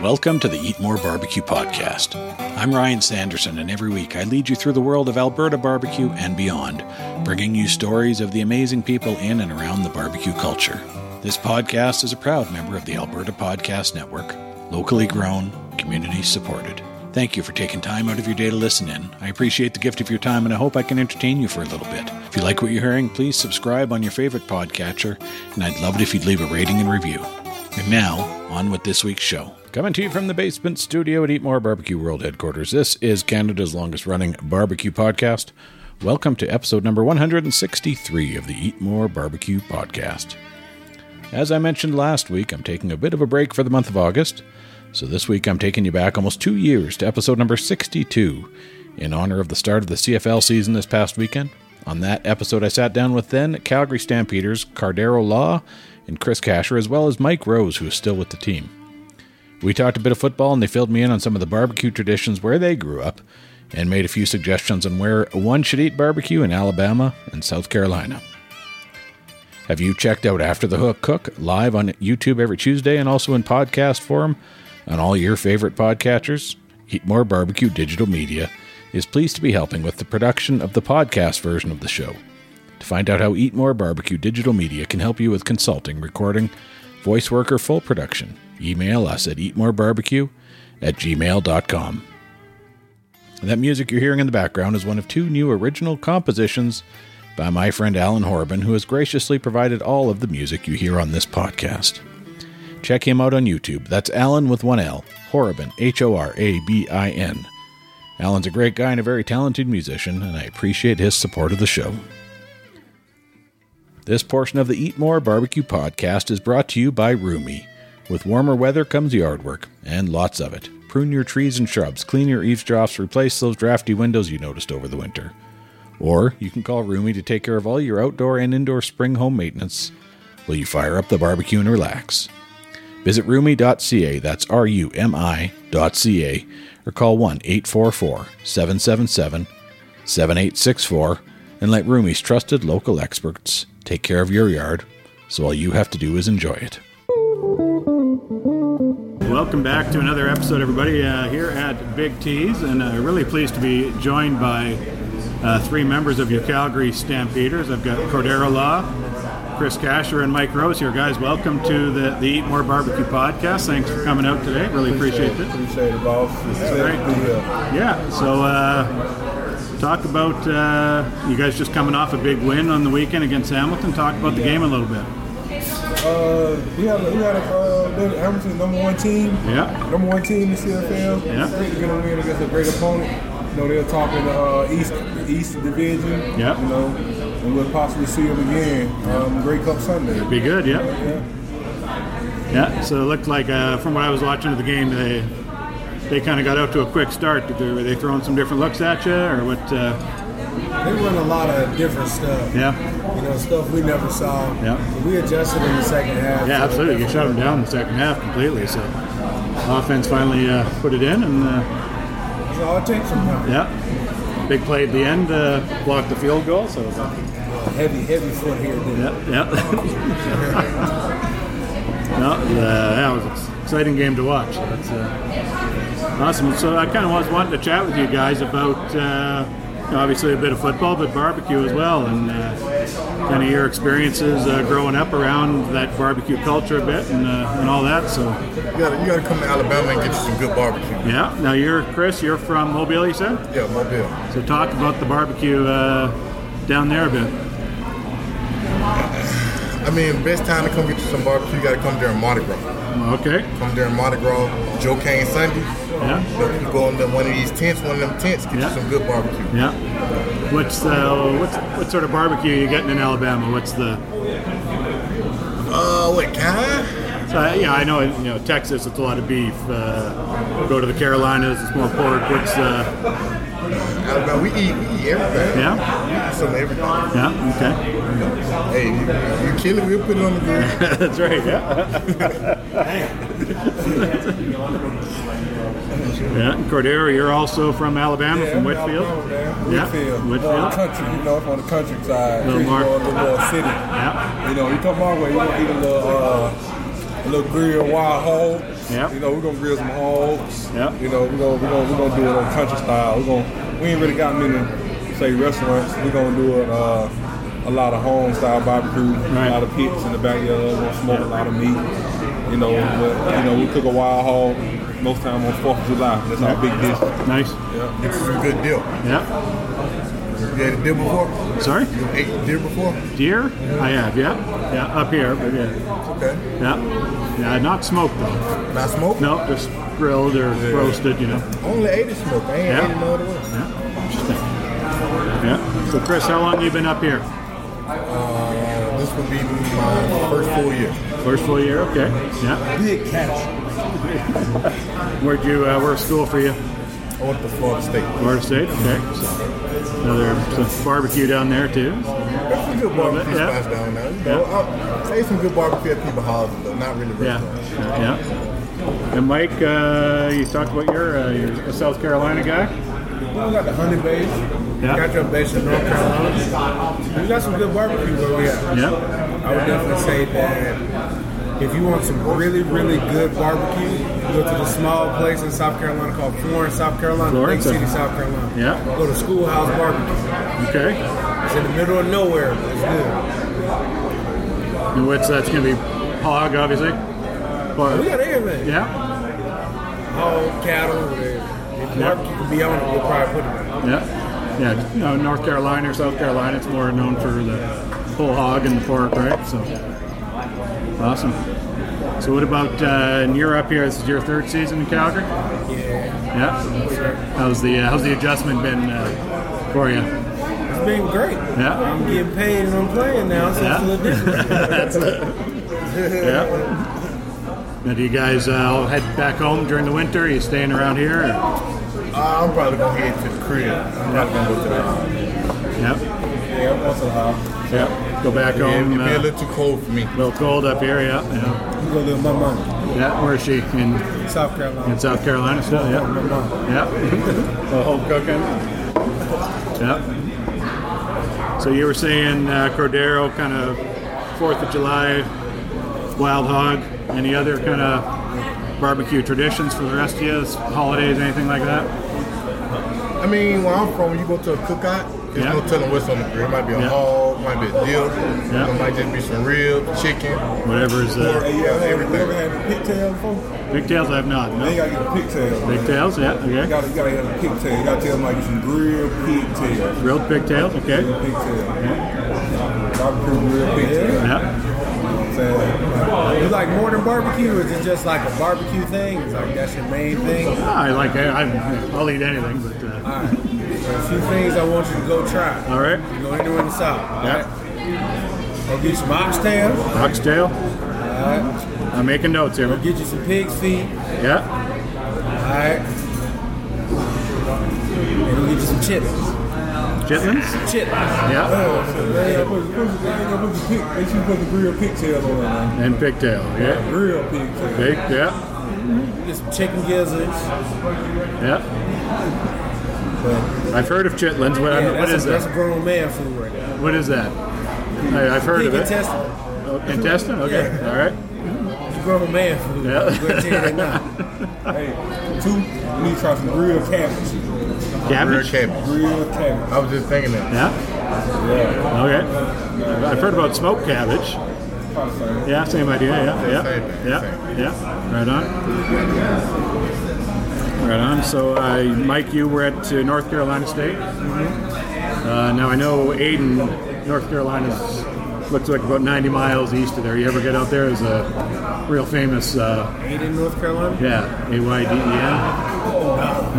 Welcome to the Eat More Barbecue Podcast. I'm Ryan Sanderson, and every week I lead you through the world of Alberta barbecue and beyond, bringing you stories of the amazing people in and around the barbecue culture. This podcast is a proud member of the Alberta Podcast Network, locally grown, community supported. Thank you for taking time out of your day to listen in. I appreciate the gift of your time, and I hope I can entertain you for a little bit. If you like what you're hearing, please subscribe on your favorite podcatcher, and I'd love it if you'd leave a rating and review. And now, on with this week's show. Coming to you from the basement studio at Eat More Barbecue World headquarters, this is Canada's longest running barbecue podcast. Welcome to episode number 163 of the Eat More Barbecue podcast. As I mentioned last week, I'm taking a bit of a break for the month of August. So this week, I'm taking you back almost two years to episode number 62 in honor of the start of the CFL season this past weekend. On that episode, I sat down with then Calgary Stampeders Cardero Law and Chris Casher, as well as Mike Rose, who is still with the team. We talked a bit of football, and they filled me in on some of the barbecue traditions where they grew up and made a few suggestions on where one should eat barbecue in Alabama and South Carolina. Have you checked out After the Hook Cook live on YouTube every Tuesday and also in podcast form on all your favorite podcatchers? Eat More Barbecue Digital Media is pleased to be helping with the production of the podcast version of the show. To find out how Eat More Barbecue Digital Media can help you with consulting, recording, voice work, or full production, email us at eatmorebarbecue at gmail.com. And that music you're hearing in the background is one of two new original compositions by my friend Alan Horban, who has graciously provided all of the music you hear on this podcast. Check him out on YouTube. That's Alan with one L, Horabin, H O R A B I N. Alan's a great guy and a very talented musician, and I appreciate his support of the show. This portion of the Eat More Barbecue podcast is brought to you by Roomy. With warmer weather comes yard work, and lots of it. Prune your trees and shrubs, clean your eavesdrops, replace those drafty windows you noticed over the winter. Or you can call Roomy to take care of all your outdoor and indoor spring home maintenance while you fire up the barbecue and relax. Visit roomy.ca, that's R U M I.ca, or call 1 844 777 7864 and let Roomy's trusted local experts take care of your yard so all you have to do is enjoy it. Welcome back to another episode, everybody, uh, here at Big T's, and uh, really pleased to be joined by uh, three members of your Calgary Stampeders. I've got Cordero Law, Chris Casher, and Mike Rose here. Guys, welcome to the, the Eat More Barbecue podcast. Thanks for coming out today. Really appreciate it. Appreciate it, boss. It's Great. great to be here. Yeah, so uh, talk about uh, you guys just coming off a big win on the weekend against Hamilton. Talk about the game a little bit. Uh, we had a, we had a uh, little Hamilton number one team. Yeah. Number one team in CFL. Yeah. Great to get a win against a great opponent. You know, they're talking the uh, East East Division. Yeah. You know, and we'll possibly see them again. Um, great Cup Sunday. Be good, yeah. Yeah, so it looked like, uh, from what I was watching of the game, they they kind of got out to a quick start. Did they, were they throwing some different looks at you, or what? Uh, They run a lot of different stuff. yeah, You know, stuff we never saw. Yeah. We adjusted in the second half. yeah, absolutely. You shut them down in the second half completely. So offense finally uh, put it in, and uh, That's all it takes sometimes. yeah, big play at the end, uh, blocked the field goal. So Heavy, heavy foot here. dude. yeah, yeah. no, uh, that was an exciting game to watch. So that's uh, awesome. So I kind of was wanting to chat with you guys about uh, you know, obviously a bit of football, but barbecue as well, and uh, kind of your experiences uh, growing up around that barbecue culture a bit and, uh, and all that. So You gotta, you gotta come to Alabama and get you some good barbecue. yeah. Now you're Chris. You're from Mobile, you said. Yeah, Mobile. So talk about the barbecue uh, down there a bit. I mean, best time to come get you some barbecue, you gotta come during Mardi Gras. Okay. Come during Mardi Gras, Joe Kane Sunday. Yeah. So you go into one of these tents, one of them tents, get Yeah. you some good barbecue. Yeah. What's uh, what's what sort of barbecue you getting in Alabama? What's the Uh, what kind? so I- yeah, I know in you know Texas it's a lot of beef. Uh, go to the Carolinas, it's more pork. What's uh, Alabama, we eat, we eat everything. yeah, We eat some of everything. yeah, okay, Hey, you, you kill it, we'll put it on the grill. that's right. Yeah, yeah. And Cordero, you're also from Alabama, from Whitfield. Yeah, Whitfield. Whitfield. Uh, country, you know, from the countryside. Little Little more- more. little more city. Yeah, You know, you come our way, you want to eat a little, uh, a little grill, wild hog. Yep. You know, we're gonna grill some hogs. Yep. You know, we're gonna we're gonna we're gonna do it on country style. We're gonna we ain't really got many say restaurants. We're gonna do it uh, a lot of home style barbecue, Right. a lot of pits in the backyard. We're gonna smoke a lot of meat. You know, but, you know, we cook a wild hog most time on Fourth of July. That's our big dish. Nice. This is a good deal. Yep. You had a deal before? Sorry? You ate deer before? Deer? I have, yeah. Yeah, up here. But yeah. Okay. yeah. Yeah, not smoked though. Not smoked? No, just grilled or roasted, you know. Only ate it smoked. I ain't Yeah. ate it no other way. Yeah. Interesting. Yeah. So, Chris, how long you been up here? Uh, this would be my first full year. First full year? Okay. Yeah. Big cash. Where'd you, uh, where's school for you? I went to Florida State. Florida State? Okay. So, another some barbecue down there too. There's some good barbecue Yeah. spots down there. You know, I, I ate some good barbecue at people houses, but not really Yeah. restaurants. Yeah. And Mike, uh, you talked about your, uh, you're a South Carolina guy? We got the honey base. Yeah. Got your base in North Carolina. We got some good barbecue where we at. Yeah. I would definitely say that if you want some really, really good barbecue, go to the small place in South Carolina called Florence, South Carolina, Florence, big city, okay. South Carolina. Yeah. Go to Schoolhouse Barbecue. Okay. It's in the middle of nowhere, but it's good. And what's that's going to be hog, obviously. We But, got everything. yeah, Hog, cattle, whatever. If Yeah. barbecue can be on it, we'll probably put it on. yeah, yeah. You know, North Carolina or South Carolina, it's more known for the whole hog and the pork, right? So, awesome. So, what about uh, and you're up here? This is your third season in Calgary. Yeah. Yeah. How's the uh, how's the adjustment been uh, for you? It's been great. Yeah. I'm getting paid and I'm playing now, so it's a little different. That's it. Yeah. Now, do you guys uh, all head back home during the winter? Are you staying around here? Or? Uh, I'm probably gonna head to the crib. I'm not gonna go to the house. Yep. Yeah, uh, once in a while. Yep. Go back home. It'd be a Uh, little too cold for me. little cold up here. Yep. Yeah. I'm going to live with my mom. Yeah. Where is she? In South Carolina. in South Carolina still. Yep. My mom. Yep. the whole cooking. Yep. So you were saying uh, Cordero, kind of Fourth of July, wild hog. Any other kind of barbecue traditions for the rest of you? Holidays, anything like that? I mean, where I'm from, when you go to a cookout, there's Yeah. no telling what's on the grill. It might be a Yeah. hog, might be a deal, Yeah. it might just be some ribs, chicken, Whatever is uh, pork, Yeah, everything. You ever had everything. a pigtail before? pigtails. I've not. Then No. you gotta get a pigtail. man. Pigtails. Yeah. You Okay. gotta, you gotta have a pigtail. You gotta tell them like you some grilled pigtail. Grilled pigtails. Okay. Grilled pigtail. Barbecue grilled pigtail. Mm-hmm. Yeah. So, you like more than barbecue? Is it just like a barbecue thing? It's like that's your main thing? All Ah, I like. I, I, I'll eat anything, but. Uh, right. A few things I want you to go try. All right. You go anywhere in the south. Yeah. Go get some oxtail. Oxtail. All right. I'm making notes here. Go get you some pig's feet. Yeah. All right. And go get you some chips. Chitlins. Chitlins. Yeah. They should put the grill pigtail on there. And pigtail. Yeah. Grill pigtail. Big. Yeah. Get some chicken gizzards. Yeah. But, I've heard of chitlins. What, yeah, what that's, is a, that's a that? grown man food right now. What is that? I, I've heard Pig of it. intestine. Oh, Intestine. Okay. Yeah. All right. It's a grown man food. Yeah. I'm gonna tell you that now. Hey, two, we need to try some grilled cabbage. Real Cabbage. cabbage. Grilled cabbage. I was just thinking that. Yeah. Yeah. Okay. I've heard about smoked cabbage. Yeah. Same idea. Yeah. Same Yeah. thing, Yeah. same. Yeah. Right on. Right on. So, uh, Mike, you were at uh, North Carolina State. Uh, now I know Aiden, North Carolina's looks like about 90 miles east of there. You ever get out there? Is a real famous, uh, Ain't in North Carolina? yeah, A Y D E N.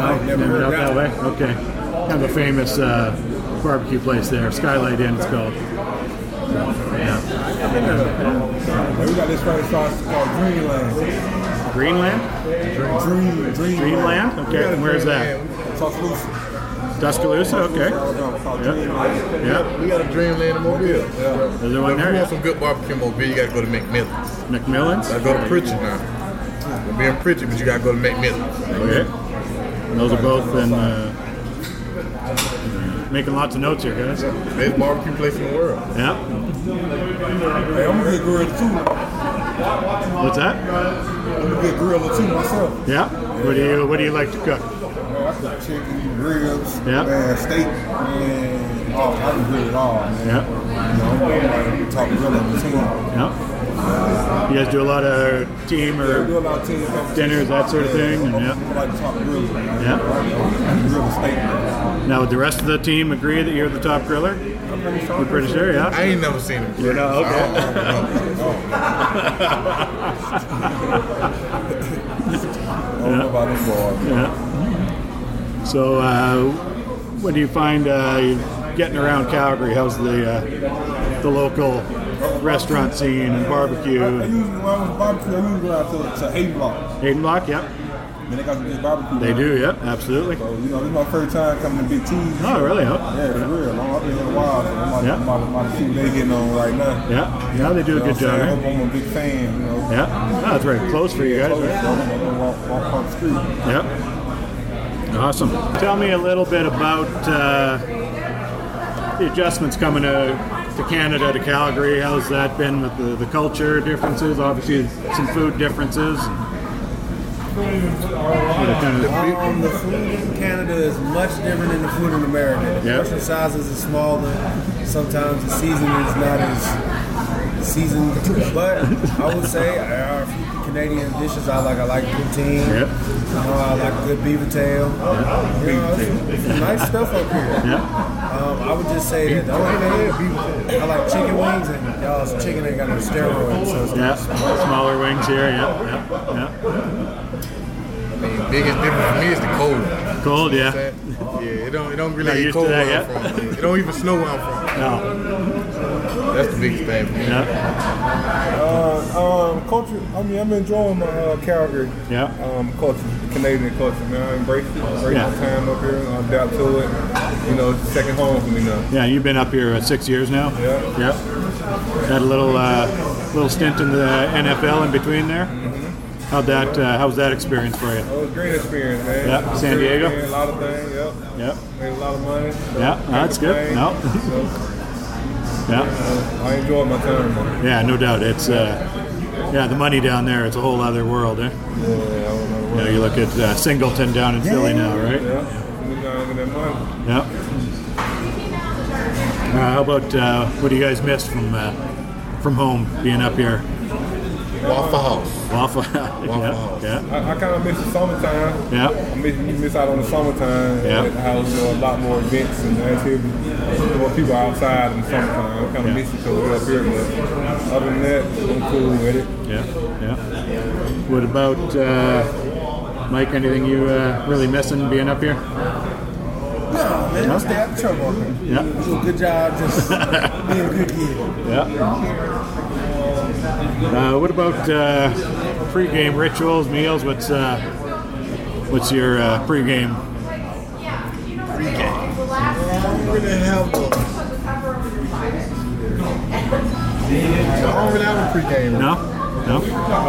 I've never heard out that Oh, that way. Okay, kind of a famous uh, barbecue place there. Skylight Inn, it's called. Yeah, Hey, we got this famous sauce called Greenland. Greenland, Dream, dream, Greenland. Okay, and where's that? Dreamland. Tuscaloosa. Tuscaloosa. Okay. Alabama called Yep. Dreamland. Yeah. We got a dreamland in Mobile. There's one But if you there. want Yeah. some good barbecue in Mobile, you gotta go to McMillan's. McMillan's. I go to Pritchard now. We're being Pritchard, but you gotta go to McMillan's. Okay. And Those are both in. Uh, making lots of notes here, guys. Best barbecue place in the world. Yeah. Hey, I'm gonna get grilled too. What's that? I'm a good griller too myself. Yeah. What do you What do you like to cook? Man, I cook chicken, ribs, Yeah. man, steak, man. Oh, I can grill it all, man. Yeah. You know, like, talk grilling with team. Yeah. You guys do a lot of team Yeah, do or a lot of team competitions. dinners, that sort of thing, and yeah. I like to talk grilling. man. Yeah. I can grill a steak. man. now would the rest of the team agree that you're the top griller? We're pretty sure, yeah. I ain't never seen him. You know, okay. I don't know about this bar. Yeah. So, uh, what do you find uh, getting around Calgary? How's the uh, the local restaurant scene and I barbecue? usually, when I was barbecue, I usually go out to, to Hayden Block. Hayden Block, yep, Man, they got some good barbecue. they man. do, yep, absolutely. So, you know, this is my first time coming to Big T's. Oh, really? Huh? Yeah, for real. I'm up here in a while, so I'm like, Yeah. I'm about- about to see what they getting on right now. Yeah, yeah, they do a You know good what I'm job. saying? I Right? hope I'm a big fan, you know. Yeah, oh, that's very close for you guys. Close, Right? so I'm gonna walk, walk across the street. Yep. Awesome. Tell me a little bit about uh, the adjustments coming to, to Canada, to Calgary. How's that been with the, the culture differences? Obviously, some food differences. Yeah, kind of- Um, the food in Canada is much different than the food in America. The Yeah. portion sizes are smaller. Sometimes the seasoning is not as seasoned. But I would say there are a few Canadian dishes I like. I like poutine. Yeah. You know, I like good beaver tail. You know, it's, it's nice stuff up here. yeah. Um, I would just say that the only thing I like chicken wings and y'all's chicken ain't got no steroids. So it's yeah, smaller wings here. Yeah, yeah, yeah. I mean, biggest difference for me is the cold. Cold, yeah. Yeah, it don't it don't Not really used to get cold that where I'm yet? from. It don't even snow where I'm from. No, That's the biggest thing. for me. yeah, Uh, um, culture. I mean, I'm enjoying my uh, Calgary. Yeah. Um, culture, Canadian culture, man. I embrace it. Embrace Yeah. my time up here. I'm down to it. You know, it's the second home for me now. yeah. You've been up here uh, six years now. Yeah. Yep. Had a little uh, little stint in the NFL in between there. How'd that? Uh, how was that experience for you? It was Oh, a great experience, man. Yeah, San Great Diego. experience, A lot of things. Yep. Yep. Made a lot of money. so Yeah, can't that's good. No. complain. So, Yeah. uh, I enjoyed my time. Man. Yeah. No doubt. It's uh, yeah. The money down there. It's a whole other world. Eh? Yeah, I don't know You, know, what. you look at uh, Singleton down in Philly now, right? Yeah. We got into that money. Yeah. Uh, how about uh, what do you guys miss from uh, from home being up here? Waffle House. Waffle. Waffle yeah. House. Yeah. I, I kind of miss the summertime. Yeah. I miss, you miss out on the summertime Yeah. at the house. There are a lot more events and activities. There more people outside in the summertime. I kind Yeah. of miss it because we're up here. But other than that, I'm cool with it. Yeah. Yeah. What about uh, Mike? Anything you uh, really missing being up here? No, man, I stay out of trouble. Yeah. You do a good job just being a good kid. Yeah. Uh, what about uh, pregame rituals, meals? What's uh, what's your uh, pregame? I don't really have a. I don't really have a pregame. No, no. Uh,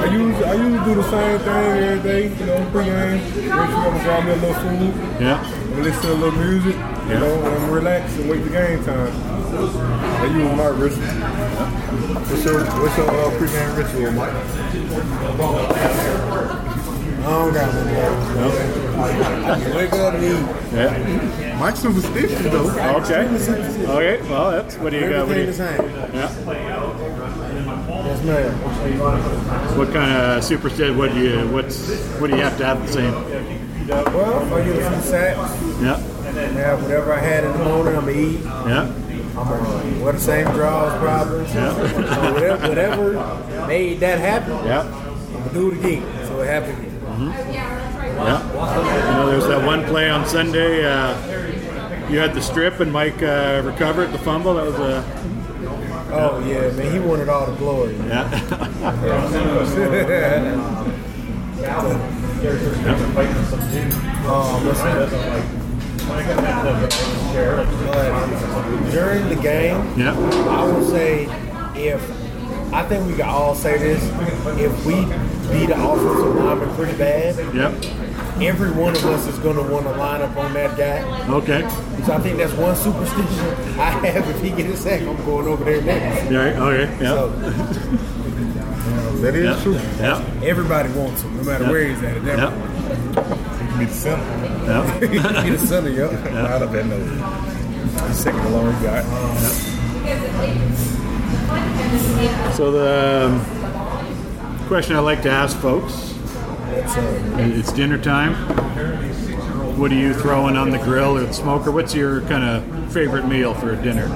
I usually I usually do the same thing every day. You know, pregame. Make sure I'm grab me a little food. Yeah, and listen to a little music, Yeah. you know, and relax and wait the game time. That you my ritual. What's your what's your uh, pregame ritual, Mike? I don't got no problem. Wake up and eat. yeah. Mike's superstitious though. Okay. Okay. Well, that's what do you got? What, do Everything you, the same. yeah. Yes, ma'am. what kind of superstition? What do you? What's what do you have to have the same? Well, I get a few sacks. Yeah, I have whatever I had in the morning, I'm going to eat. yeah, I'm going to wear the same drawers, probably. Yeah. So whatever, whatever made that happen, yeah, I'm going to do it again. So it happened again. yeah. You know, there's that one play on Sunday. Uh, you had the strip, and Mike uh, recovered the fumble. That was a Oh, yeah, man, he wanted all the glory. yeah. um, but during the game, yeah. I would say if I think we can all say this, if we beat an offensive lineman pretty bad, Yep. every one of us is going to want to line up on that guy. Okay. So I think that's one superstition I have. If he gets a sack, I'm going over there next. Yeah. Okay. Yeah. So That is yeah. true. Yeah. everybody wants him, no matter Yeah. where he's at. At that Yeah. point, You can be the center. Yeah. he can be the center, yo. Out of that nose. Second alarm guy. So the um, question I like to ask folks, it's dinner time. What are you throwing on the grill or the smoker? What's your kind of favorite meal for dinner?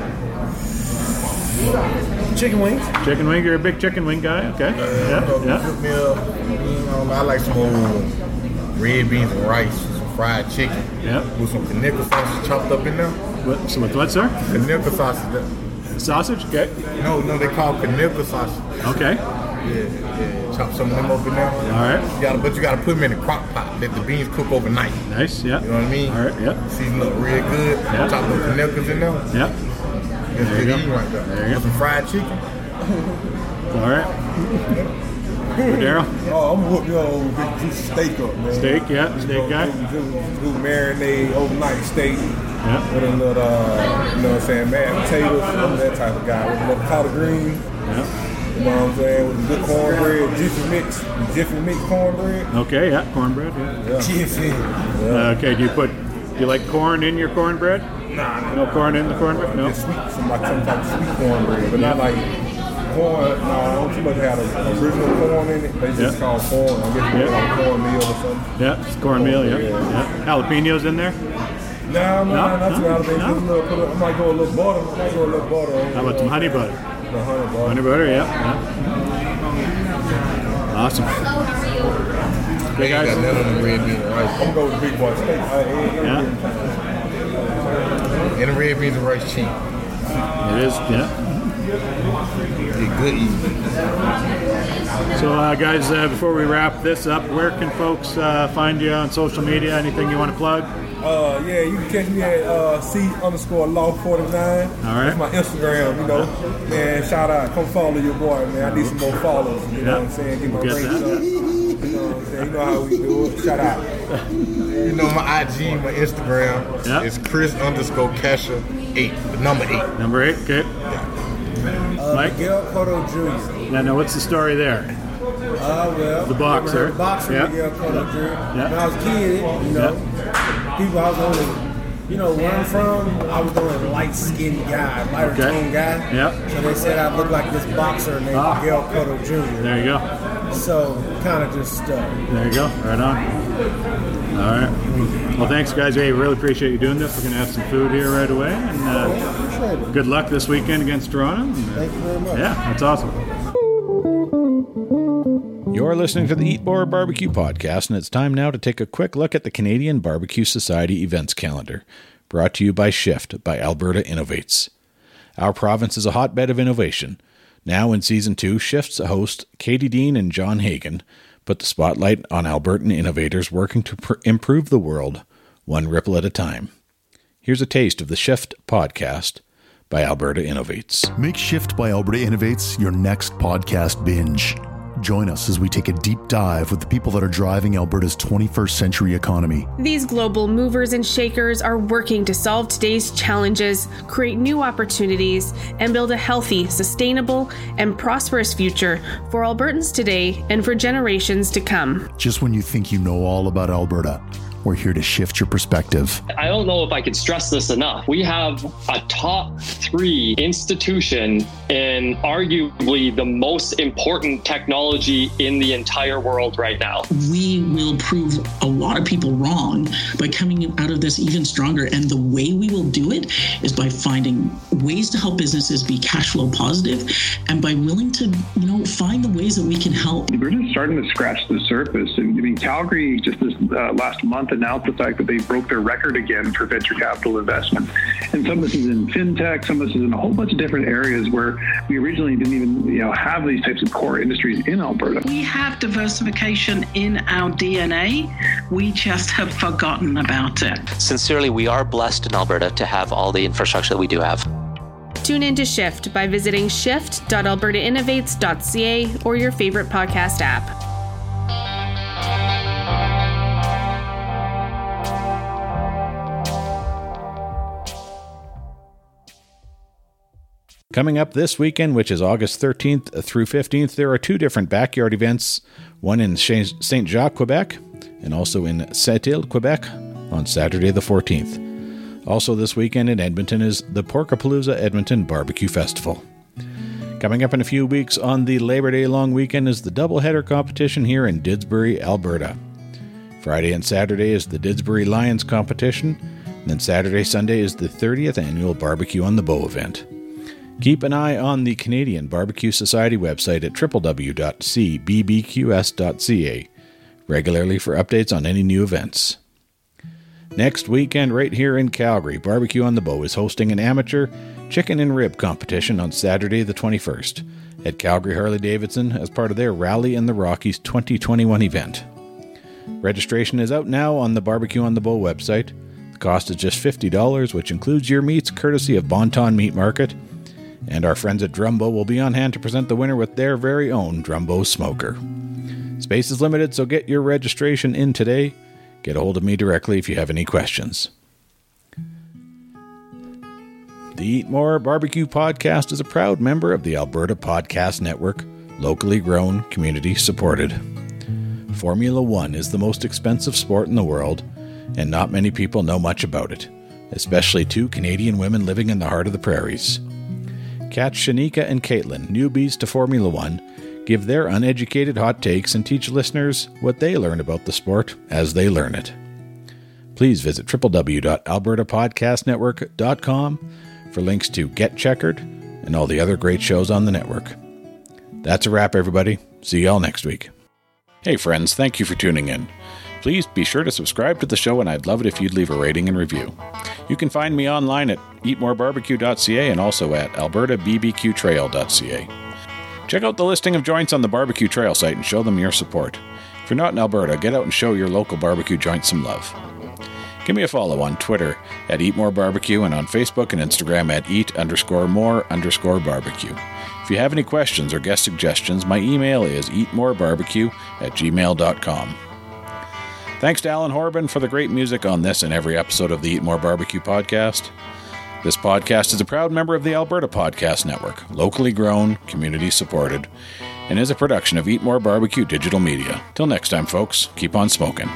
Chicken wings. Chicken wing? You're a big chicken wing guy? Okay. Yeah. Yeah. Cook me up. Um, I like some old red beans and rice, some fried chicken. Yeah. With some Kaneka sausage chopped up in there. What, so with what, sir? Kaneka sausage. that- Sausage? Okay. No, no, they call it Kaneka sausage. Okay. Yeah, yeah. Chop some of them up in there. All right. You gotta, but you gotta put them in the crock pot. Let the beans cook overnight. Nice. Yeah. You know what I mean? All right. Yeah. Season up real good. Yeah. Chop those Kanekas in there. Yeah. That's you good go. eating right there. There you With go. some fried chicken. All right. Daryl? Oh, I'm hooked your old big piece of steak up, man. Steak? Yeah. Steak guy? Do, do, do marinade overnight steak Yeah. with a little, uh, you know what I'm saying, mashed potatoes. I'm that type of guy with a little collard greens. Yeah. You know what I'm saying? With good cornbread, different mix, different mix cornbread. Okay. Yeah. Cornbread. Yeah. Uh, Jiffy. Okay, do you put, do you like corn in your cornbread? Nah, No corn in the cornbread? No? It's sweet, some, like some type of sweet cornbread, but not like corn. No, I don't too much have the original corn in it. They just Yeah. call corn. I guess they Yeah. call cornmeal or something. Yeah, it's cornmeal, yeah. yeah. Jalapenos in there? No, Nah, nah, no, not too no, out of it. no. Put a little, put a, I might go a little butter. I might go a little butter. on it. How about some honey butter? The honey butter. Honey butter, yeah. yeah. Awesome. Hey They ain't got guys, none of them red beans and rice. I'm gonna go with big boy steak. I ain't gonna Yeah. get it. And the red beans and rice cheap. They're it is, yeah. good eating. So, uh, guys, uh, before we wrap this up, where can folks uh, find you on social media? Anything you want to plug? Uh, yeah, you can catch me at uh, C underscore law 49. All right. That's my Instagram, you know. Man, shout out. Come follow your boy, man. I need some more followers. You know what I'm saying? Get my Get rates that. up. You know what I'm saying? You know how we do it. Shout out. You know my IG, my Instagram Yeah. is Chris underscore Kesha eight, the number eight. Number eight, okay. Mike? Miguel Cotto Jr. Yeah, now what's the story there? Uh, well, The boxer. the boxer Yeah. Miguel Cotto Jr. Yeah. When I was a kid, you know, people I was only. You know where I'm from? I was the only light-skinned guy, lighter Okay. toned guy. Yeah. So they said I looked like this boxer named Ah. Miguel Cotto Jr. There you go. So kind of just uh, There you go. Right on. All right. Well, thanks, guys. Hey, really appreciate you doing this. We're going to have some food here right away. And uh, appreciate it. good luck this weekend against Toronto. And, uh, Thank you very much. yeah, that's awesome. You're listening to the Eat More Barbecue podcast, and it's time now to take a quick look at the Canadian Barbecue Society events calendar, brought to you by Shift by Alberta Innovates. Our province is a hotbed of innovation. Now in season two, Shift's hosts Katie Dean and John Hagan put the spotlight on Albertan innovators working to pr- improve the world one ripple at a time. Here's a taste of the Shift podcast by Alberta Innovates. Make Shift by Alberta Innovates your next podcast binge. Join us as we take a deep dive with the people that are driving Alberta's 21st century economy. These global movers and shakers are working to solve today's challenges, create new opportunities, and build a healthy, sustainable, and prosperous future for Albertans today and for generations to come. Just when you think you know all about Alberta, we're here to shift your perspective. I don't know if I could stress this enough. We have a top three institution in arguably the most important technology in the entire world right now. we will prove a lot of people wrong by coming out of this even stronger. And the way we will do it is by finding ways to help businesses be cash flow positive and by willing to, you know, find the ways that we can help. we're just starting to scratch the surface. I mean, Calgary just this uh, last month announced the fact that they broke their record again for venture capital investment. And some of this is in fintech, some of this is in a whole bunch of different areas where we originally didn't even you know have these types of core industries in Alberta. We have diversification in our DNA. We just have forgotten about it. Sincerely, we are blessed in Alberta to have all the infrastructure that we do have. Tune in to Shift by visiting shift.albertainnovates.ca or your favorite podcast app. Coming up this weekend, which is August 13th through 15th, there are two different backyard events one in St. Jacques, Quebec, and also in Sept Îles, Quebec, on Saturday the 14th. Also, this weekend in Edmonton is the Porkapalooza Edmonton Barbecue Festival. Coming up in a few weeks on the Labor Day long weekend is the doubleheader competition here in Didsbury, Alberta. Friday and Saturday is the Didsbury Lions competition, and then Saturday Sunday is the 30th annual Barbecue on the Bow event. Keep an eye on the Canadian Barbecue Society website at www.cbbqs.ca regularly for updates on any new events. Next weekend, right here in Calgary, Barbecue on the Bow is hosting an amateur chicken and rib competition on Saturday, the 21st, at Calgary Harley Davidson as part of their Rally in the Rockies 2021 event. Registration is out now on the Barbecue on the Bow website. The cost is just $50, which includes your meats courtesy of Bonton Meat Market. And our friends at Drumbo will be on hand to present the winner with their very own Drumbo smoker. Space is limited, so get your registration in today. Get a hold of me directly if you have any questions. The Eat More Barbecue Podcast is a proud member of the Alberta Podcast Network, locally grown, community supported. Formula One is the most expensive sport in the world, and not many people know much about it, especially two Canadian women living in the heart of the prairies. Kat Shanika and Caitlin, newbies to Formula One, give their uneducated hot takes and teach listeners what they learn about the sport as they learn it. Please visit www.albertapodcastnetwork.com for links to Get Checkered and all the other great shows on the network. That's a wrap, everybody. See y'all next week. Hey, friends, thank you for tuning in. Please be sure to subscribe to the show, and I'd love it if you'd leave a rating and review. You can find me online at eatmorebarbecue.ca and also at albertabbqtrail.ca. Check out the listing of joints on the Barbecue Trail site and show them your support. If you're not in Alberta, get out and show your local barbecue joint some love. Give me a follow on Twitter at Eat More Barbecue and on Facebook and Instagram at Eat underscore More underscore Barbecue. If you have any questions or guest suggestions, my email is eatmorebarbecue at gmail.com. Thanks to Alan Horbin for the great music on this and every episode of the Eat More Barbecue podcast. This podcast is a proud member of the Alberta Podcast Network, locally grown, community supported, and is a production of Eat More Barbecue Digital Media. Till next time, folks, keep on smoking.